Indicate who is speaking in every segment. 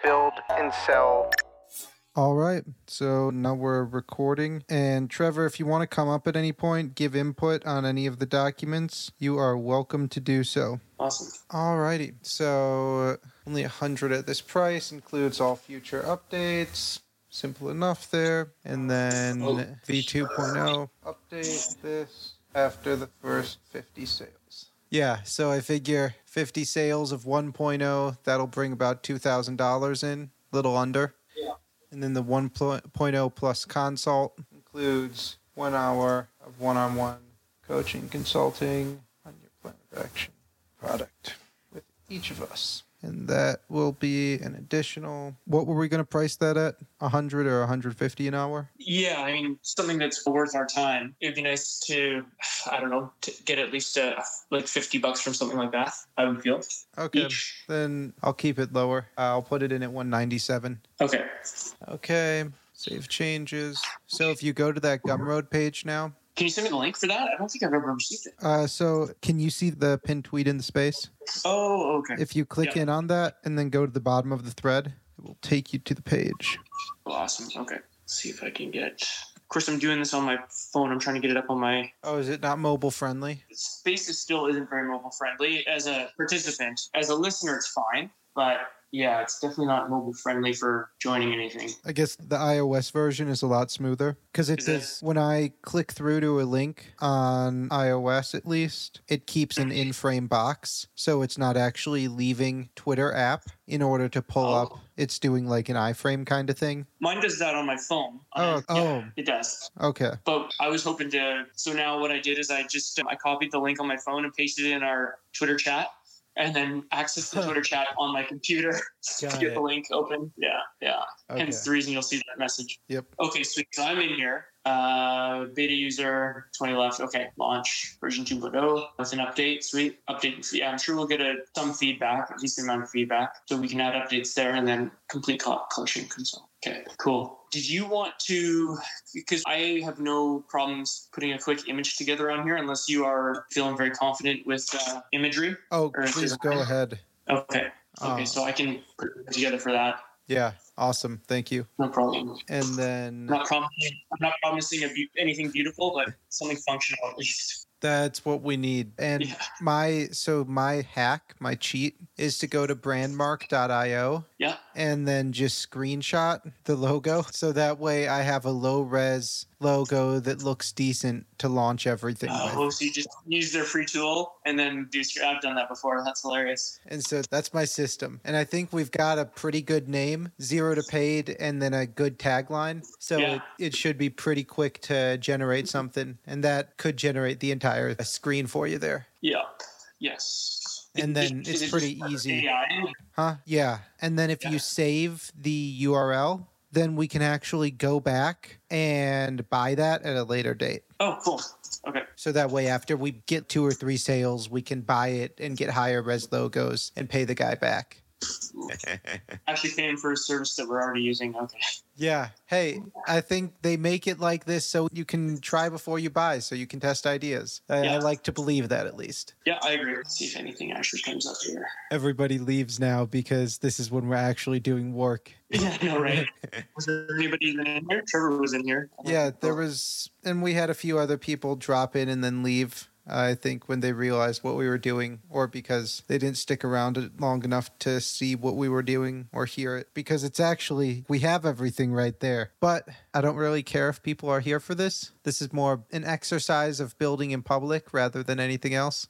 Speaker 1: prison cell.
Speaker 2: All right. So now we're recording. And Trevor, if you want to come up at any point, give input on any of the documents, you are welcome to do so.
Speaker 3: Awesome.
Speaker 2: All righty. So uh, only 100 at this price includes all future updates. Simple enough there. And then
Speaker 3: Oh.
Speaker 2: V2.0 update this after the first 50 sales. Yeah, so I figure 50 sales of 1.0, that'll bring about $2,000 in, little under. And then the 1.0 plus consult includes one hour of one on one coaching consulting on your plan of action product with each of us. And that will be an additional. What were we going to price that at? 100 or 150 an hour?
Speaker 3: Yeah, I mean, something that's worth our time. It'd be nice to, I don't know, to get at least uh like 50 bucks from something like that, I would feel.
Speaker 2: Okay.
Speaker 3: Each.
Speaker 2: Then I'll keep it lower. I'll put it in at 197.
Speaker 3: Okay.
Speaker 2: Okay. Save changes. So if you go to that Gumroad page now,
Speaker 3: Can you send me the link for that? I don't think I've ever received it.
Speaker 2: uh, so can you see the pinned tweet in the space?
Speaker 3: Oh, okay.
Speaker 2: If you click
Speaker 3: Yeah.
Speaker 2: in on that and then go to the bottom of the thread, it will take you to the page.
Speaker 3: Awesome. Okay. see if I can get. Of course, I'm doing this on my phone. I'm trying to get it up on my.
Speaker 2: Oh, is it not mobile friendly?
Speaker 3: Space is still isn't very mobile friendly. As a participant, as a listener, it's fine. But yeah, it's definitely not mobile friendly for joining anything.
Speaker 2: I guess the iOS version is a lot smoother because it
Speaker 3: Is
Speaker 2: does. When I click through to a link on iOS, at least, it keeps an in frame box. So it's not actually leaving Twitter app in order to pull
Speaker 3: Oh.
Speaker 2: up. It's doing like an iframe kind of thing.
Speaker 3: Mine does that on my phone.
Speaker 2: Oh,
Speaker 3: Yeah,
Speaker 2: oh.
Speaker 3: It does.
Speaker 2: Okay.
Speaker 3: But I was hoping to. So now what I did is I just um, I copied the link on my phone and pasted it in our Twitter chat, and then accessed the
Speaker 2: Huh.
Speaker 3: Twitter chat on my computer to
Speaker 2: Got
Speaker 3: get
Speaker 2: it.
Speaker 3: the link open. Yeah, yeah.
Speaker 2: Okay.
Speaker 3: Hence the reason you'll see that message.
Speaker 2: Yep.
Speaker 3: Okay, sweet. So I'm in here. Uh, beta user 20 left. Okay, launch version 2.0. That's an update. Sweet update. Yeah, I'm sure we'll get a some feedback, a decent amount of feedback, so we can add updates there and then complete co- collection console. Okay, cool. Did you want to? Because I have no problems putting a quick image together on here, unless you are feeling very confident with uh, imagery.
Speaker 2: Oh,
Speaker 3: or is
Speaker 2: please
Speaker 3: it-
Speaker 2: go ahead.
Speaker 3: Okay. Okay,
Speaker 2: Uh,
Speaker 3: so I can put it together for that.
Speaker 2: yeah. Awesome. Thank you.
Speaker 3: No problem.
Speaker 2: And then.
Speaker 3: I'm not promising, I'm not promising a beau- anything beautiful, but something functional at least.
Speaker 2: That's what we need. And
Speaker 3: Yeah.
Speaker 2: my so my hack, my cheat is to go to brandmark.io
Speaker 3: Yeah.
Speaker 2: and then just screenshot the logo. So that way I have a low res logo that looks decent to launch everything with.
Speaker 3: Oh, so you just use their free tool and then do. sc- I've done that before. That's hilarious.
Speaker 2: And so that's my system. And I think we've got a pretty good name, zero to paid, and then a good tagline. So
Speaker 3: Yeah. Mm-hmm.
Speaker 2: it, it should be pretty quick to generate something. And that could generate the entire screen for you there.
Speaker 3: Yeah. Yes.
Speaker 2: And then
Speaker 3: Is
Speaker 2: it's
Speaker 3: it
Speaker 2: pretty
Speaker 3: just
Speaker 2: easy.
Speaker 3: AI?
Speaker 2: Huh? Yeah. And then if
Speaker 3: Yeah.
Speaker 2: you save the URL, then we can actually go back and buy that at a later date.
Speaker 3: Oh, cool. Okay.
Speaker 2: So that way, after we get two or three sales, we can buy it and get higher res logos and pay the guy back.
Speaker 3: Actually, paying for a service that we're already using. Okay.
Speaker 2: Yeah. Hey, I think they make it like this so you can try before you buy, so you can test ideas. I, I
Speaker 3: Yeah.
Speaker 2: like to believe that at least.
Speaker 3: Yeah, I agree. Let's see if anything actually comes up here.
Speaker 2: Everybody leaves now because this is when we're actually doing work.
Speaker 3: Yeah, no, right. Was there anybody even in here? Trevor was in here. I don't
Speaker 2: Yeah,
Speaker 3: know.
Speaker 2: there was, and we had a few other people drop in and then leave. I think when they realized what we were doing, or because they didn't stick around it long enough to see what we were doing or hear it, because it's actually, we have everything right there. But I don't really care if people are here for this. This is more an exercise of building in public rather than anything else.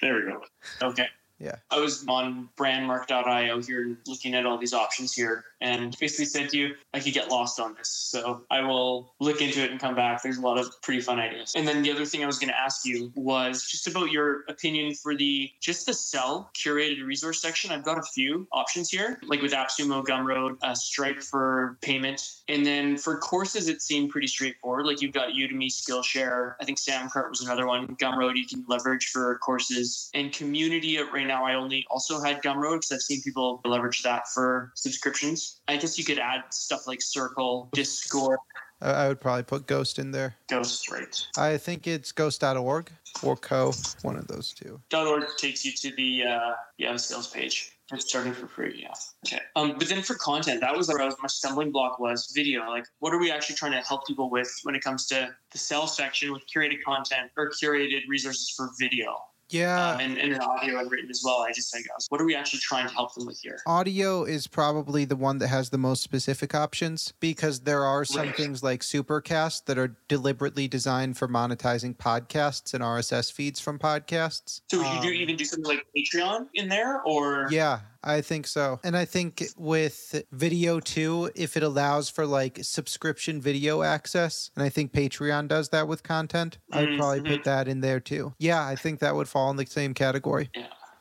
Speaker 3: There we go. Okay.
Speaker 2: Yeah.
Speaker 3: I was on brandmark.io here and looking at all these options here and basically said to you, I could get lost on this. So I will look into it and come back. There's a lot of pretty fun ideas. And then the other thing I was going to ask you was just about your opinion for the just the cell curated resource section. I've got a few options here, like with AppSumo, Gumroad, uh, Stripe for payment. And then for courses, it seemed pretty straightforward. Like you've got Udemy, Skillshare. I think Samcart was another one. Gumroad you can leverage for courses and community. uh, Right now, I only also had Gumroad because I've seen people leverage that for subscriptions. I guess you could add stuff like Circle, Discord,
Speaker 2: I, I would probably put Ghost in there.
Speaker 3: Ghost, right?
Speaker 2: I think it's ghost.org or co, one of those two.
Speaker 3: Dot org takes you to the uh, yeah the sales page. It's starting for free, yeah. Okay. Um, but then for content, that was where I was, my stumbling block was video. Like, what are we actually trying to help people with when it comes to the sell section with curated content or curated resources for video?
Speaker 2: Yeah.
Speaker 3: Um, and, and audio and written as well. I just think, what are we actually trying to help them with here?
Speaker 2: Audio is probably the one that has the most specific options because there are some
Speaker 3: Right.
Speaker 2: things like Supercast that are deliberately designed for monetizing podcasts and RSS feeds from podcasts.
Speaker 3: So would you do
Speaker 2: Um,
Speaker 3: even do something like Patreon in there, or
Speaker 2: Yeah, I think so. And I think with video too, if it allows for like subscription video access, and I think Patreon does that with content, I'd probably
Speaker 3: Mhm.
Speaker 2: put that in there too. Yeah, I think that would fall in the same category.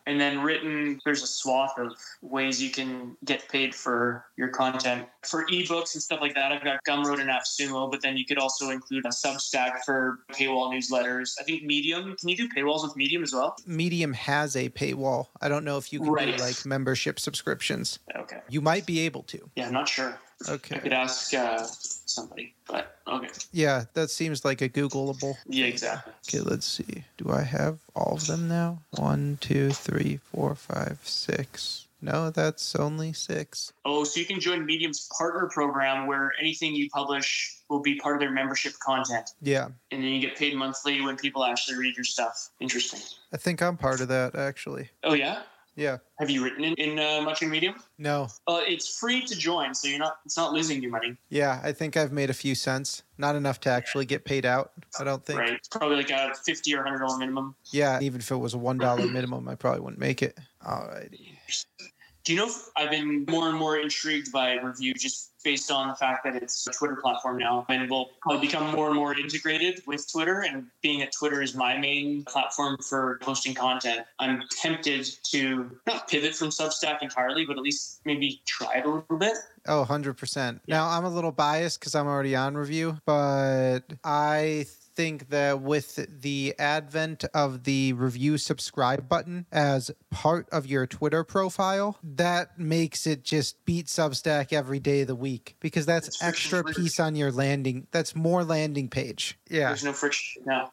Speaker 3: and then written? There's a swath of ways you can get paid for your content for ebooks and stuff like that. I've got Gumroad and AppSumo, but then you could also include a Substack for paywall newsletters. I think Medium. Can you do paywalls with Medium as well?
Speaker 2: Medium has a paywall. I don't know if you can
Speaker 3: Right.
Speaker 2: do like membership subscriptions.
Speaker 3: Okay.
Speaker 2: You might be able to.
Speaker 3: Yeah, I'm not sure. I
Speaker 2: Okay.
Speaker 3: could ask uh, somebody, but okay.
Speaker 2: Yeah, that seems like a Googleable.
Speaker 3: Yeah, exactly.
Speaker 2: Okay, let's see. Do I have all of them now? One, two, three, four, five, six. No, that's only six.
Speaker 3: Oh, so you can join Medium's partner program where anything you publish will be part of their membership content.
Speaker 2: Yeah,
Speaker 3: and then you get paid monthly when people actually read your stuff. Interesting.
Speaker 2: I think I'm part of that actually.
Speaker 3: Oh yeah,
Speaker 2: Yeah.
Speaker 3: have you written in, in uh, much in Medium?
Speaker 2: No.
Speaker 3: Uh, it's free to join, so you're not. It's not losing you money,
Speaker 2: Yeah, I think I've made a few cents. Not enough to actually get paid out. I don't think.
Speaker 3: right? It's probably like a fifty or hundred dollar minimum.
Speaker 2: Yeah, even if it was a one dollar minimum, I probably wouldn't make it. Alrighty.
Speaker 3: Do you know? If I've been more and more intrigued by review just based on the fact that it's a Twitter platform now, and will probably become more and more integrated with Twitter. And being that Twitter is my main platform for posting content, I'm tempted to not pivot from Substack entirely, but at least maybe try it a little bit.
Speaker 2: Oh, 100 percent. Now I'm a little biased because I'm already on review, but I think that with the advent of the review subscribe button as part of your Twitter profile, that makes it just beat Substack every day of the week because that's
Speaker 3: It's freaking
Speaker 2: extra
Speaker 3: weird.
Speaker 2: piece on your landing. That's more landing page. Yeah,
Speaker 3: There's no friction now.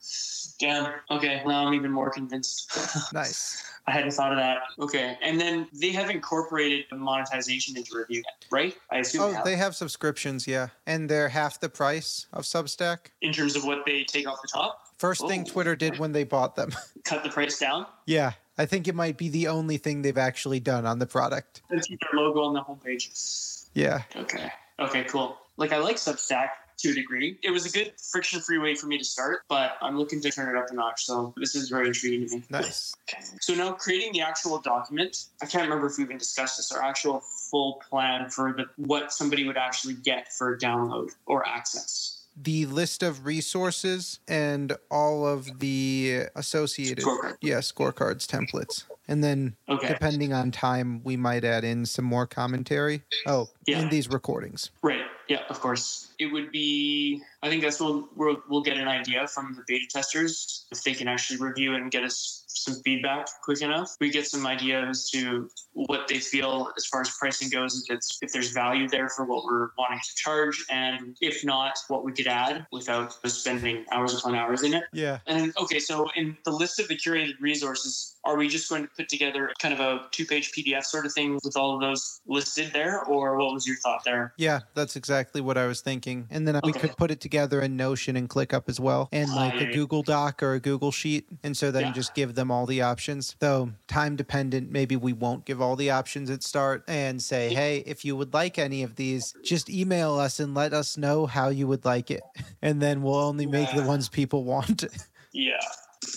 Speaker 3: Damn. Okay. Now I'm even more convinced.
Speaker 2: nice.
Speaker 3: I hadn't thought of that. Okay. And then they have incorporated the monetization into review, right? I assume they
Speaker 2: Oh,
Speaker 3: have.
Speaker 2: they have subscriptions, yeah, and they're half the price of Substack.
Speaker 3: in terms of what they take off the top,
Speaker 2: First thing
Speaker 3: Oh.
Speaker 2: Twitter did when they bought them.
Speaker 3: cut the price down,
Speaker 2: Yeah, I think it might be the only thing they've actually done on the product.
Speaker 3: and keep their logo on the homepage.
Speaker 2: Yeah,
Speaker 3: Okay. Okay. Cool. Like I like Substack to a degree. It was a good friction-free way for me to start, but I'm looking to turn it up a notch. So this is very intriguing to me.
Speaker 2: nice.
Speaker 3: So now creating the actual document, I can't remember if we even discussed this, our actual full plan for the, what somebody would actually get for download or access
Speaker 2: The list of resources and all of the associated
Speaker 3: Scorecard.
Speaker 2: yeah scorecards templates, and then
Speaker 3: Okay.
Speaker 2: depending on time, we might add in some more commentary. Oh,
Speaker 3: Yeah.
Speaker 2: in these recordings.
Speaker 3: Right. Yeah, of course. It would be, I think that's when we'll, we'll get an idea from the beta testers if they can actually review and get us some feedback quick enough. We get some idea as to what they feel as far as pricing goes, if, it's, if there's value there for what we're wanting to charge, and if not, what we could add without spending hours upon hours in it.
Speaker 2: Yeah,
Speaker 3: And okay, so in the list of the curated resources, are we just going to put together kind of a two page PDF sort of thing with all of those listed there? Or what was your thought there?
Speaker 2: yeah, that's exactly what I was thinking. And then we
Speaker 3: Okay.
Speaker 2: could put it together in Notion and ClickUp as well, and like a
Speaker 3: Right.
Speaker 2: Google Doc or a Google Sheet, and so then
Speaker 3: Yeah.
Speaker 2: just give them all the options. Though time dependent, maybe we won't give all the options at start and say, hey, if you would like any of these, just email us and let us know how you would like it, and then we'll only make the
Speaker 3: Yeah.
Speaker 2: ones people want.
Speaker 3: Yeah.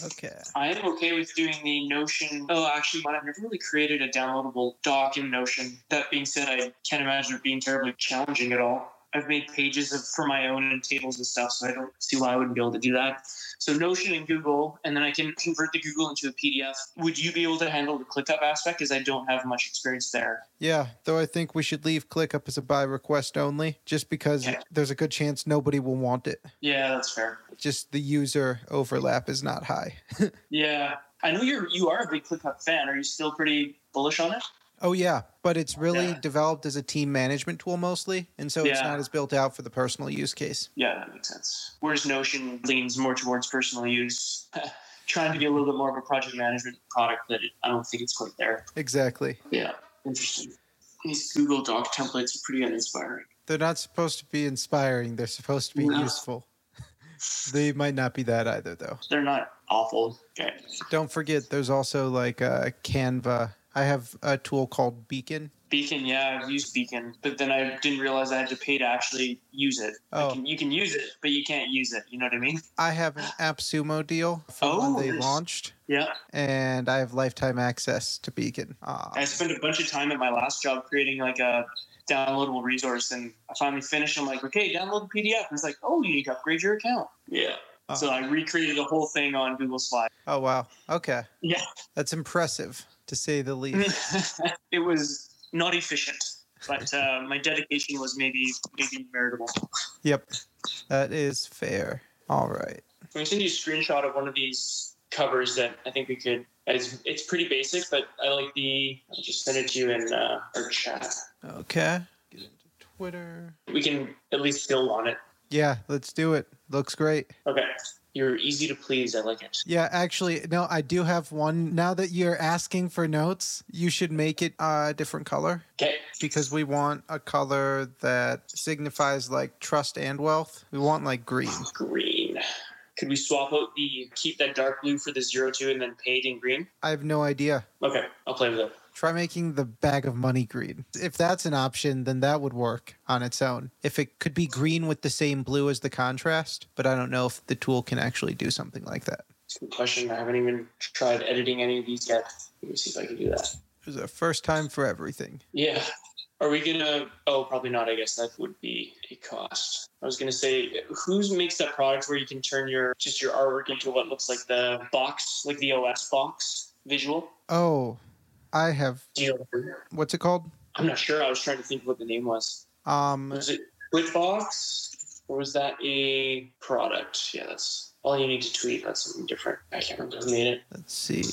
Speaker 2: okay.
Speaker 3: I am okay with doing the Notion. Oh, actually, but I've never really created a downloadable doc in Notion. That being said, I can't imagine it being terribly challenging at all. I've made pages of, for my own and tables and stuff, so I don't see why I wouldn't be able to do that. So Notion and Google, and then I can convert the Google into a PDF. Would you be able to handle the ClickUp aspect? Because I don't have much experience there.
Speaker 2: Yeah, though I think we should leave ClickUp as a buy request only, just because
Speaker 3: Yeah.
Speaker 2: there's a good chance nobody will want it.
Speaker 3: Yeah, that's fair.
Speaker 2: Just the user overlap is not high.
Speaker 3: Yeah, I know you're you are a big ClickUp fan. Are you still pretty bullish on it?
Speaker 2: Oh yeah, but it's really
Speaker 3: Yeah.
Speaker 2: developed as a team management tool mostly, and so it's
Speaker 3: Yeah.
Speaker 2: not as built out for the personal use case.
Speaker 3: Yeah, that makes sense. Whereas Notion leans more towards personal use. trying to be a little bit more of a project management product, but it, I don't think it's quite there.
Speaker 2: Exactly.
Speaker 3: Yeah, interesting. These Google Doc templates are pretty uninspiring.
Speaker 2: They're not supposed to be inspiring. They're supposed to be
Speaker 3: No.
Speaker 2: useful. they might not be that either, though.
Speaker 3: They're not awful. Okay.
Speaker 2: Don't forget, there's also like uh, Canva. I have a tool called Beacon.
Speaker 3: Beacon, yeah, I've used Beacon, but then I didn't realize I had to pay to actually use it. I
Speaker 2: Oh.
Speaker 3: can, you can use it, but you can't use it. You know what I mean?
Speaker 2: I have an AppSumo deal from
Speaker 3: Oh,
Speaker 2: when they
Speaker 3: nice.
Speaker 2: launched,
Speaker 3: Yeah.
Speaker 2: and I have lifetime access to Beacon. Ah,
Speaker 3: I spent a bunch of time at my last job creating like a downloadable resource, and I finally finished. I'm like, okay, download the PDF. And it's like, oh, you need to upgrade your account. Yeah.
Speaker 2: ah.
Speaker 3: So I recreated the whole thing on Google Slide.
Speaker 2: oh wow. Okay.
Speaker 3: Yeah. Mm-hmm.
Speaker 2: That's impressive to say the least.
Speaker 3: it was not efficient, but uh, my dedication was maybe maybe meritable.
Speaker 2: Yep, that is fair. All right.
Speaker 3: I'm gonna send you a screenshot of one of these covers that I think we could. It's, it's pretty basic, but I like the. I'll just send it to you in uh, our chat.
Speaker 2: Okay. Get into Twitter.
Speaker 3: We can at least build on it.
Speaker 2: Yeah, let's do it. Looks great.
Speaker 3: Okay. You're easy to please. I like it.
Speaker 2: Yeah, actually, no, I do have one. Now that you're asking for notes, you should make it a different color
Speaker 3: Okay.
Speaker 2: because we want a color that signifies like trust and wealth. We want like green.
Speaker 3: Green. Could we swap out the keep that dark blue for the zero two and then paid in green?
Speaker 2: I have no idea.
Speaker 3: Okay, I'll play with it.
Speaker 2: Try making the bag of money green. If that's an option, then that would work on its own. If it could be green with the same blue as the contrast, but I don't know if the tool can actually do something like that.
Speaker 3: It's a good question. I haven't even tried editing any of these yet. Let me see if I can do that.
Speaker 2: There's a first time for everything.
Speaker 3: Yeah. Are we gonna? Oh, probably not. I guess that would be a cost. I was gonna say, who's makes that product where you can turn your just your artwork into what looks like the box, like the OS box visual?
Speaker 2: Oh, I have
Speaker 3: Do you?
Speaker 2: what's it called?
Speaker 3: I'm not sure. I was trying to think what the name was.
Speaker 2: Um,
Speaker 3: Was it QuickBox or was that a product? Yeah, that's all you need to tweet. That's something different. I can't remember who made it.
Speaker 2: let's see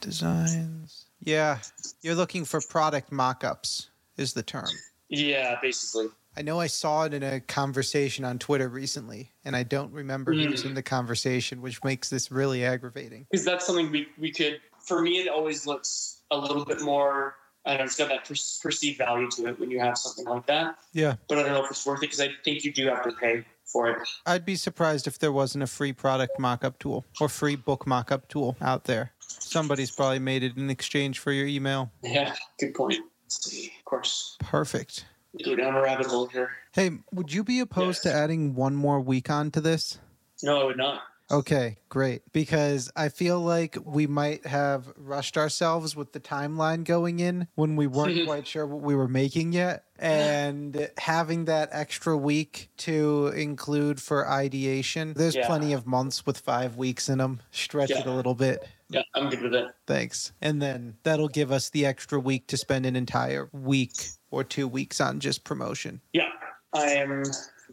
Speaker 2: designs. Yeah, you're looking for product mock-ups is the term.
Speaker 3: Yeah, basically.
Speaker 2: I know I saw it in a conversation on Twitter recently, and I don't remember who was in the conversation, which makes this really aggravating.
Speaker 3: because that's something we, we could for me it always looks a little bit more i don't know it's got that per- perceived value to it when you have something like that
Speaker 2: Yeah.
Speaker 3: but i don't know if it's worth it because i think you do have to pay for it
Speaker 2: I'd be surprised if there wasn't a free product mock-up tool or free book mock-up tool out there. Somebody's probably made it in exchange for your email.
Speaker 3: yeah good point Let's see of course
Speaker 2: Perfect.
Speaker 3: we go down a rabbit hole here
Speaker 2: Hey, would you be opposed to adding one more week onto this?
Speaker 3: no i would not
Speaker 2: Okay, great. Because I feel like we might have rushed ourselves with the timeline going in when we weren't quite sure what we were making yet. And having that extra week to include for ideation, there's
Speaker 3: Yeah.
Speaker 2: plenty of months with five weeks in them. Stretch it
Speaker 3: Yeah.
Speaker 2: a little bit.
Speaker 3: yeah i'm good with it
Speaker 2: Thanks. And then that'll give us the extra week to spend an entire week or two weeks on just promotion.
Speaker 3: yeah i am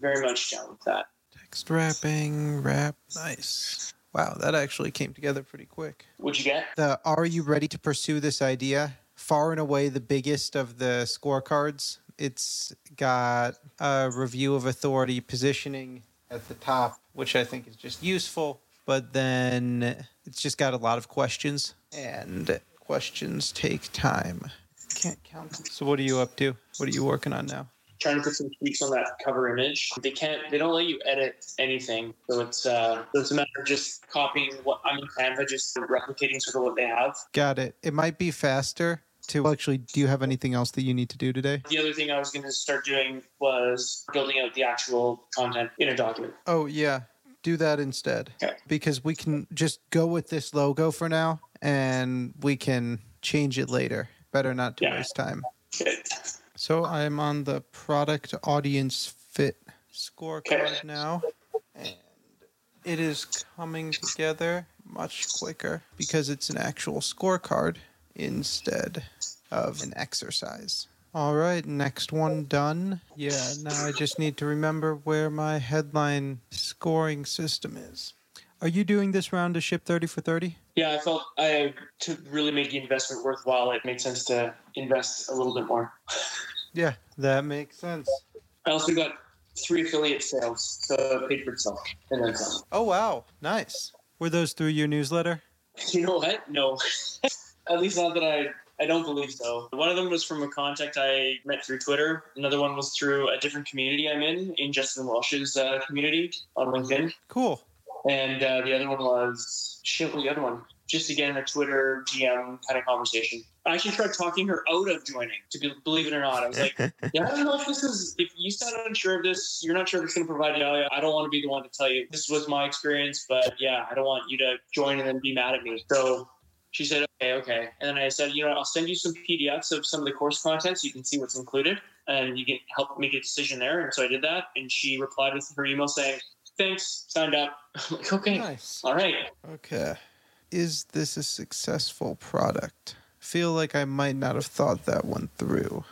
Speaker 3: very much down with that
Speaker 2: Text wrapping, wrap. Nice. Wow, that actually came together pretty quick.
Speaker 3: what'd you get
Speaker 2: the are you ready to pursue this idea far and away the biggest of the scorecards it's got a review of authority positioning at the top which i think is just useful but then it's just got a lot of questions and questions take time can't count them. so what are you up to what are you working on now
Speaker 3: trying to put some tweaks on that cover image. They can't. They don't let you edit anything, so it's uh, so it's a matter of just copying what I'm in Canva, just replicating sort of what they have.
Speaker 2: got it it might be faster to actually do you have anything else that you need to do today
Speaker 3: The other thing I was going to start doing was building out the actual content in a document.
Speaker 2: Oh yeah, do that instead.
Speaker 3: Okay.
Speaker 2: Because we can just go with this logo for now, and we can change it later. Better not to
Speaker 3: Yeah.
Speaker 2: waste time.
Speaker 3: Okay.
Speaker 2: So I'm on the product audience fit scorecard
Speaker 3: Okay.
Speaker 2: now, and it is coming together much quicker because it's an actual scorecard instead of an exercise. All right, next one done. Yeah, now I just need to remember where my headline scoring system is. Are you doing this round of ship 30 for 30?
Speaker 3: Yeah, I felt I to really make the investment worthwhile, it made sense to invest a little bit more.
Speaker 2: Yeah, that makes sense.
Speaker 3: I also got three affiliate sales, so it paid for itself, and then some.
Speaker 2: Oh, wow. Nice.
Speaker 1: Were those through your newsletter?
Speaker 3: You know what? No. At least not that I I don't believe so. One of them was from a contact I met through Twitter. Another one was through a different community I'm in, in Justin Walsh's uh, community on LinkedIn.
Speaker 1: Cool.
Speaker 3: And uh, the other one was shit. What was the other one? Just again a Twitter DM kind of conversation. I actually tried talking her out of joining. To be, believe it or not, I was like, "Yeah, I don't know if this is. If you sound unsure of this, you're not sure if it's going to provide value. I don't want to be the one to tell you this was my experience, but yeah, I don't want you to join and then be mad at me." So she said, okay, okay. And then I said, you know, I'll send you some PDFs of some of the course contents. So you can see what's included and you can help make a decision there. And so I did that. And she replied with her email saying, thanks, signed up. I'm like, okay.
Speaker 2: Nice.
Speaker 3: All right.
Speaker 2: Okay. Is this a successful product? Feel like I might not have thought that one through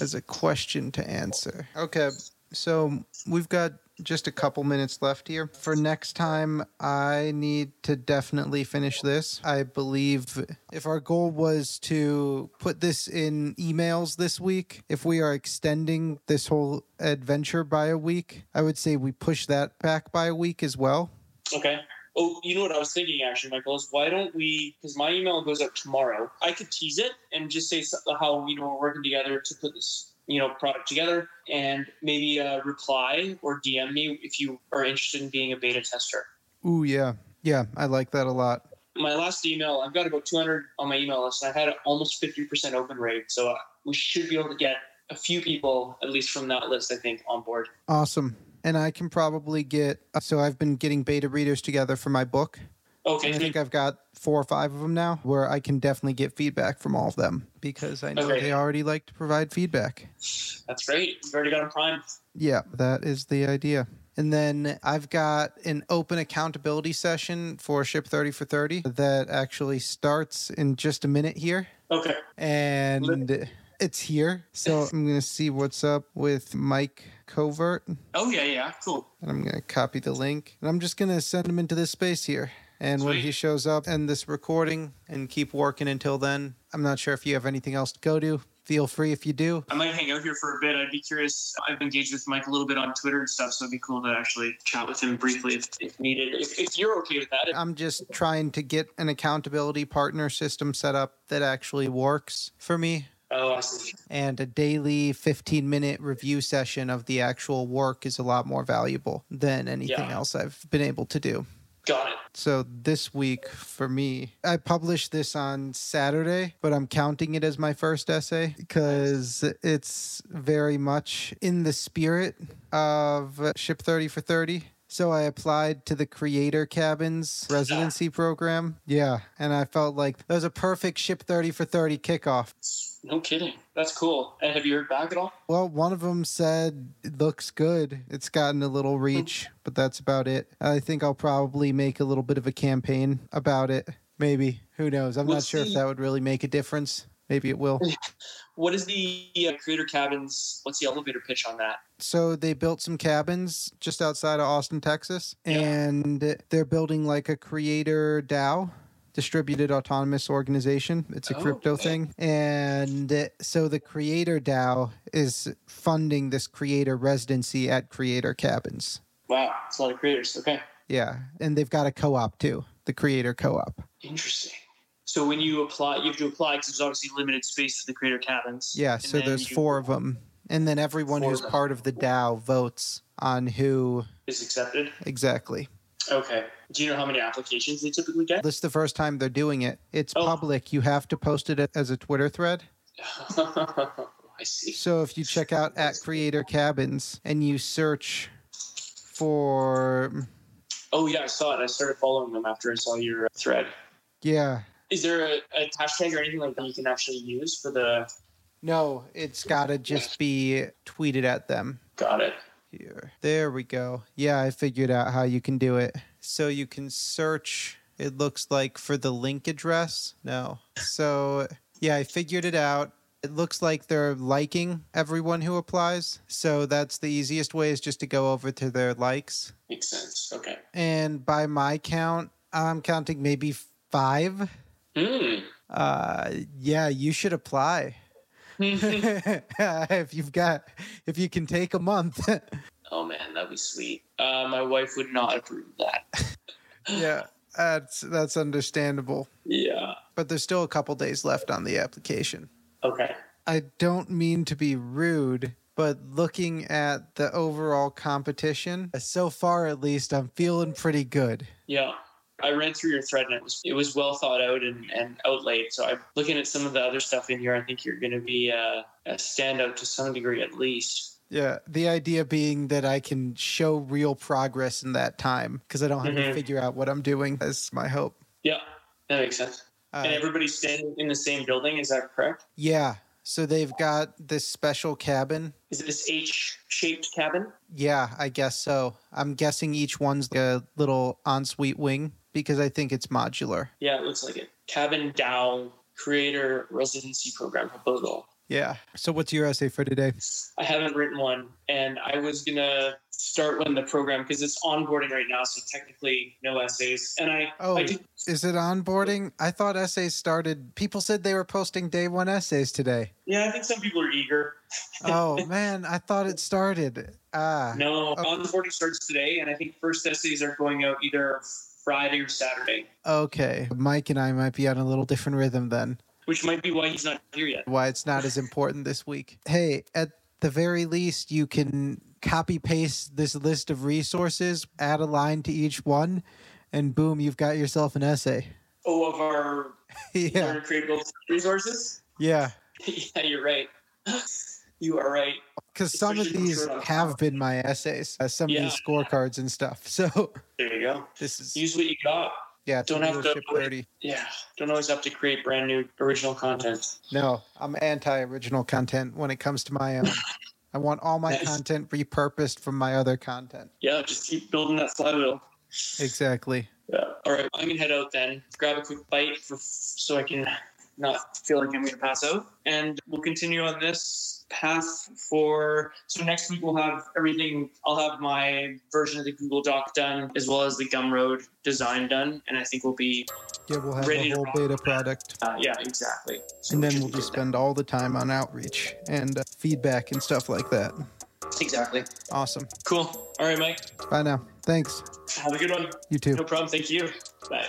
Speaker 2: as a question to answer. Okay. So we've got just a couple minutes left here. For next time, I need to definitely finish this. I believe if our goal was to put this in emails this week, if we are extending this whole adventure by a week, I would say we push that back by a week as well.
Speaker 3: Okay. Oh, you know what I was thinking actually, Michael, is why don't we, because my email goes out tomorrow, I could tease it and just say so- how, you know, we're working together to put this you know product together and maybe uh, reply or dm me if you are interested in being a beta tester
Speaker 2: Ooh, yeah. Yeah, I like that a lot.
Speaker 3: my last email i've got about 200 on my email list and i've had almost 50% open rate so uh, we should be able to get a few people at least from that list i think on board
Speaker 2: Awesome. And I can probably get, uh, so I've been getting beta readers together for my book.
Speaker 3: okay
Speaker 2: And I
Speaker 3: good.
Speaker 2: think I've got four or five of them now where I can definitely get feedback from all of them because I know
Speaker 3: Okay.
Speaker 2: they already like to provide feedback.
Speaker 3: that's great you've already got a prime
Speaker 2: Yeah, that is the idea. And then I've got an open accountability session for Ship 30 for 30 that actually starts in just a minute here.
Speaker 3: okay
Speaker 2: And it's here. So I'm going to see what's up with Mike Covert.
Speaker 3: oh yeah yeah cool
Speaker 2: and I'm gonna copy the link and I'm just gonna send him into this space here. And when
Speaker 3: Sweet.
Speaker 2: he shows up and this recording and keep working until then, I'm not sure if you have anything else to go to. Feel free if you do.
Speaker 3: i might hang out here for a bit i'd be curious i've engaged with mike a little bit on twitter and stuff so it'd be cool to actually chat with him briefly if, if needed if, if you're okay with that
Speaker 2: I'm just trying to get an accountability partner system set up that actually works for me.
Speaker 3: oh i see
Speaker 2: And a daily 15 minute review session of the actual work is a lot more valuable than anything
Speaker 3: Yeah.
Speaker 2: else I've been able to do.
Speaker 3: got it
Speaker 2: So this week for me, I published this on Saturday, but I'm counting it as my first essay because it's very much in the spirit of uh, Ship 30 for 30. So I applied to the Creator Cabins residency program. Yeah, and I felt like that was a perfect Ship 30 for 30 kickoff.
Speaker 3: no kidding that's cool and have you heard back at all
Speaker 2: Well, one of them said it looks good. It's gotten a
Speaker 3: Hmm.
Speaker 2: little reach, but that's about it. I think I'll probably make a little bit of a campaign about it. Maybe. Who knows? I'm
Speaker 3: We'll
Speaker 2: not sure if
Speaker 3: see.
Speaker 2: that would really make a difference. Maybe it will.
Speaker 3: What is the uh, creator cabins? What's the elevator pitch on that?
Speaker 2: So they built some cabins just outside of Austin, Texas,
Speaker 3: Yeah.
Speaker 2: and they're building like a creator DAO, distributed autonomous organization. It's a
Speaker 3: Oh,
Speaker 2: crypto
Speaker 3: okay.
Speaker 2: thing. And uh, so the creator DAO is funding this creator residency at creator cabins.
Speaker 3: Wow, it's a lot of creators. Okay,
Speaker 2: Yeah, and they've got a co-op too, the creator co-op.
Speaker 3: interesting. So when you apply, you have to apply because there's obviously limited space for the creator cabins.
Speaker 2: Yeah,
Speaker 3: And
Speaker 2: so
Speaker 3: then
Speaker 2: there's
Speaker 3: you-
Speaker 2: four of them, and then everyone
Speaker 3: Four
Speaker 2: who's
Speaker 3: of 'em.
Speaker 2: part of the DAO votes on who
Speaker 3: Is accepted.
Speaker 2: exactly.
Speaker 3: Okay. Do you know how many applications they typically get?
Speaker 2: This is the first time they're doing it. It's
Speaker 3: Oh.
Speaker 2: public. You have to post it as a Twitter thread.
Speaker 3: I see.
Speaker 2: So if you check out at Creator Cabins and you search for
Speaker 3: Oh yeah, I saw it. I started following them after I saw your uh, thread.
Speaker 2: yeah,
Speaker 3: Is there a, a hashtag or anything like that you can actually use for the?
Speaker 2: no, it's got to just be tweeted at them.
Speaker 3: Got it.
Speaker 2: Here. There we go. Yeah, I figured out how you can do it. So you can search, it looks like, for the link address. No. So, yeah, I figured it out. It looks like they're liking everyone who applies. So that's the easiest way is just to go over to their likes.
Speaker 3: Makes sense. Okay.
Speaker 2: And by my count, I'm counting maybe five.
Speaker 3: Hmm.
Speaker 2: Uh, yeah, you should apply. if you've got, if you can take a month.
Speaker 3: oh man, that'd be sweet. Uh, my wife would not approve of that.
Speaker 2: yeah That's that's understandable.
Speaker 3: Yeah.
Speaker 2: But there's still a couple days left on the application.
Speaker 3: Okay.
Speaker 2: I don't mean to be rude, but looking at the overall competition, so far at least, I'm feeling pretty good.
Speaker 3: Yeah. I read through your thread and it was it was well thought out and, and outlaid. So I'm looking at some of the other stuff in here. I think you're going to be uh, a standout to some degree at least.
Speaker 2: Yeah, the idea being that I can show real progress in that time because I don't have to
Speaker 3: Mhm.
Speaker 2: figure out what I'm doing. That's my hope.
Speaker 3: Yeah, that makes sense.
Speaker 2: Uh,
Speaker 3: and everybody's staying in the same building. Is that correct?
Speaker 2: yeah, so they've got this special cabin.
Speaker 3: Is it this H-shaped cabin?
Speaker 2: Yeah, I guess so. I'm guessing each one's a little ensuite wing because I think it's modular.
Speaker 3: Yeah, it looks like it. Cabin Dow Creator Residency Program proposal.
Speaker 2: Yeah. So what's your essay for today?
Speaker 3: I haven't written one, and I was gonna start when the program because it's onboarding right now, so technically no essays. And I,
Speaker 2: Oh.
Speaker 3: I did,
Speaker 2: Is it onboarding? I thought essays started. People said they were posting day one essays today.
Speaker 3: yeah, I think some people are eager.
Speaker 2: Oh man, I thought it started. Ah,
Speaker 3: No,
Speaker 2: Oh.
Speaker 3: onboarding starts today, and I think first essays are going out either Friday or Saturday,
Speaker 2: okay. Mike and I might be on a little different rhythm then.
Speaker 3: which might be why he's not here yet.
Speaker 2: Why it's not as important this week. Hey, at the very least, you can copy paste this list of resources, add a line to each one, and boom, you've got yourself an essay.
Speaker 3: Oh, of our
Speaker 2: yeah,
Speaker 3: learn creative resources.
Speaker 2: yeah.
Speaker 3: yeah, you're right. You are right.
Speaker 2: Because some of
Speaker 3: Especially
Speaker 2: these
Speaker 3: for- uh,
Speaker 2: have been my essays, uh, some
Speaker 3: Yeah.
Speaker 2: of these scorecards and stuff. So
Speaker 3: There you go.
Speaker 2: this is
Speaker 3: Use what you got.
Speaker 2: Yeah,
Speaker 3: Don't have to-
Speaker 2: leadership dirty.
Speaker 3: Yeah. Don't always have to create brand new original content.
Speaker 2: No, I'm anti-original content when it comes to my own. I want all my
Speaker 3: Nice.
Speaker 2: content repurposed from my other content.
Speaker 3: Yeah, just keep building that flywheel.
Speaker 2: Exactly.
Speaker 3: Yeah. All right, I'm gonna head out then. Grab a quick bite for so I can not feel like I'm gonna pass out, and we'll continue on this path for. So next week we'll have everything. I'll have my version of the Google Doc done, as well as the Gumroad design done, and I think we'll be.
Speaker 2: Yeah, we'll have
Speaker 3: Ready
Speaker 2: a
Speaker 3: to
Speaker 2: whole
Speaker 3: rock.
Speaker 2: beta product,
Speaker 3: Uh, yeah, exactly. So
Speaker 2: and
Speaker 3: we
Speaker 2: then
Speaker 3: should
Speaker 2: we'll
Speaker 3: be
Speaker 2: just
Speaker 3: good
Speaker 2: spend all the time on outreach and uh, feedback and stuff like that.
Speaker 3: then. Exactly.
Speaker 2: Awesome.
Speaker 3: Cool. All right, Mike.
Speaker 2: Bye now. Thanks.
Speaker 3: Have a good one.
Speaker 2: You too.
Speaker 3: No problem. Thank you. Bye.